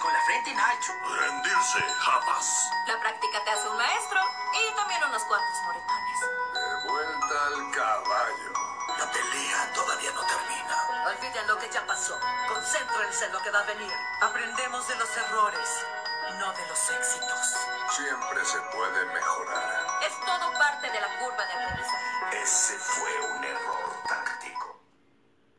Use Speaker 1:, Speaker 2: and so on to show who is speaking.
Speaker 1: con la frente en alto.
Speaker 2: Rendirse jamás.
Speaker 3: La práctica te hace un maestro y también unos cuantos moretones.
Speaker 4: De vuelta al caballo.
Speaker 5: La pelea todavía no termina.
Speaker 6: Olviden lo que ya pasó. Concéntrense en lo que va a venir. Aprendemos de los errores, no de los éxitos.
Speaker 4: Siempre se puede mejorar.
Speaker 3: Es todo parte de la curva de aprendizaje.
Speaker 5: Ese fue un error,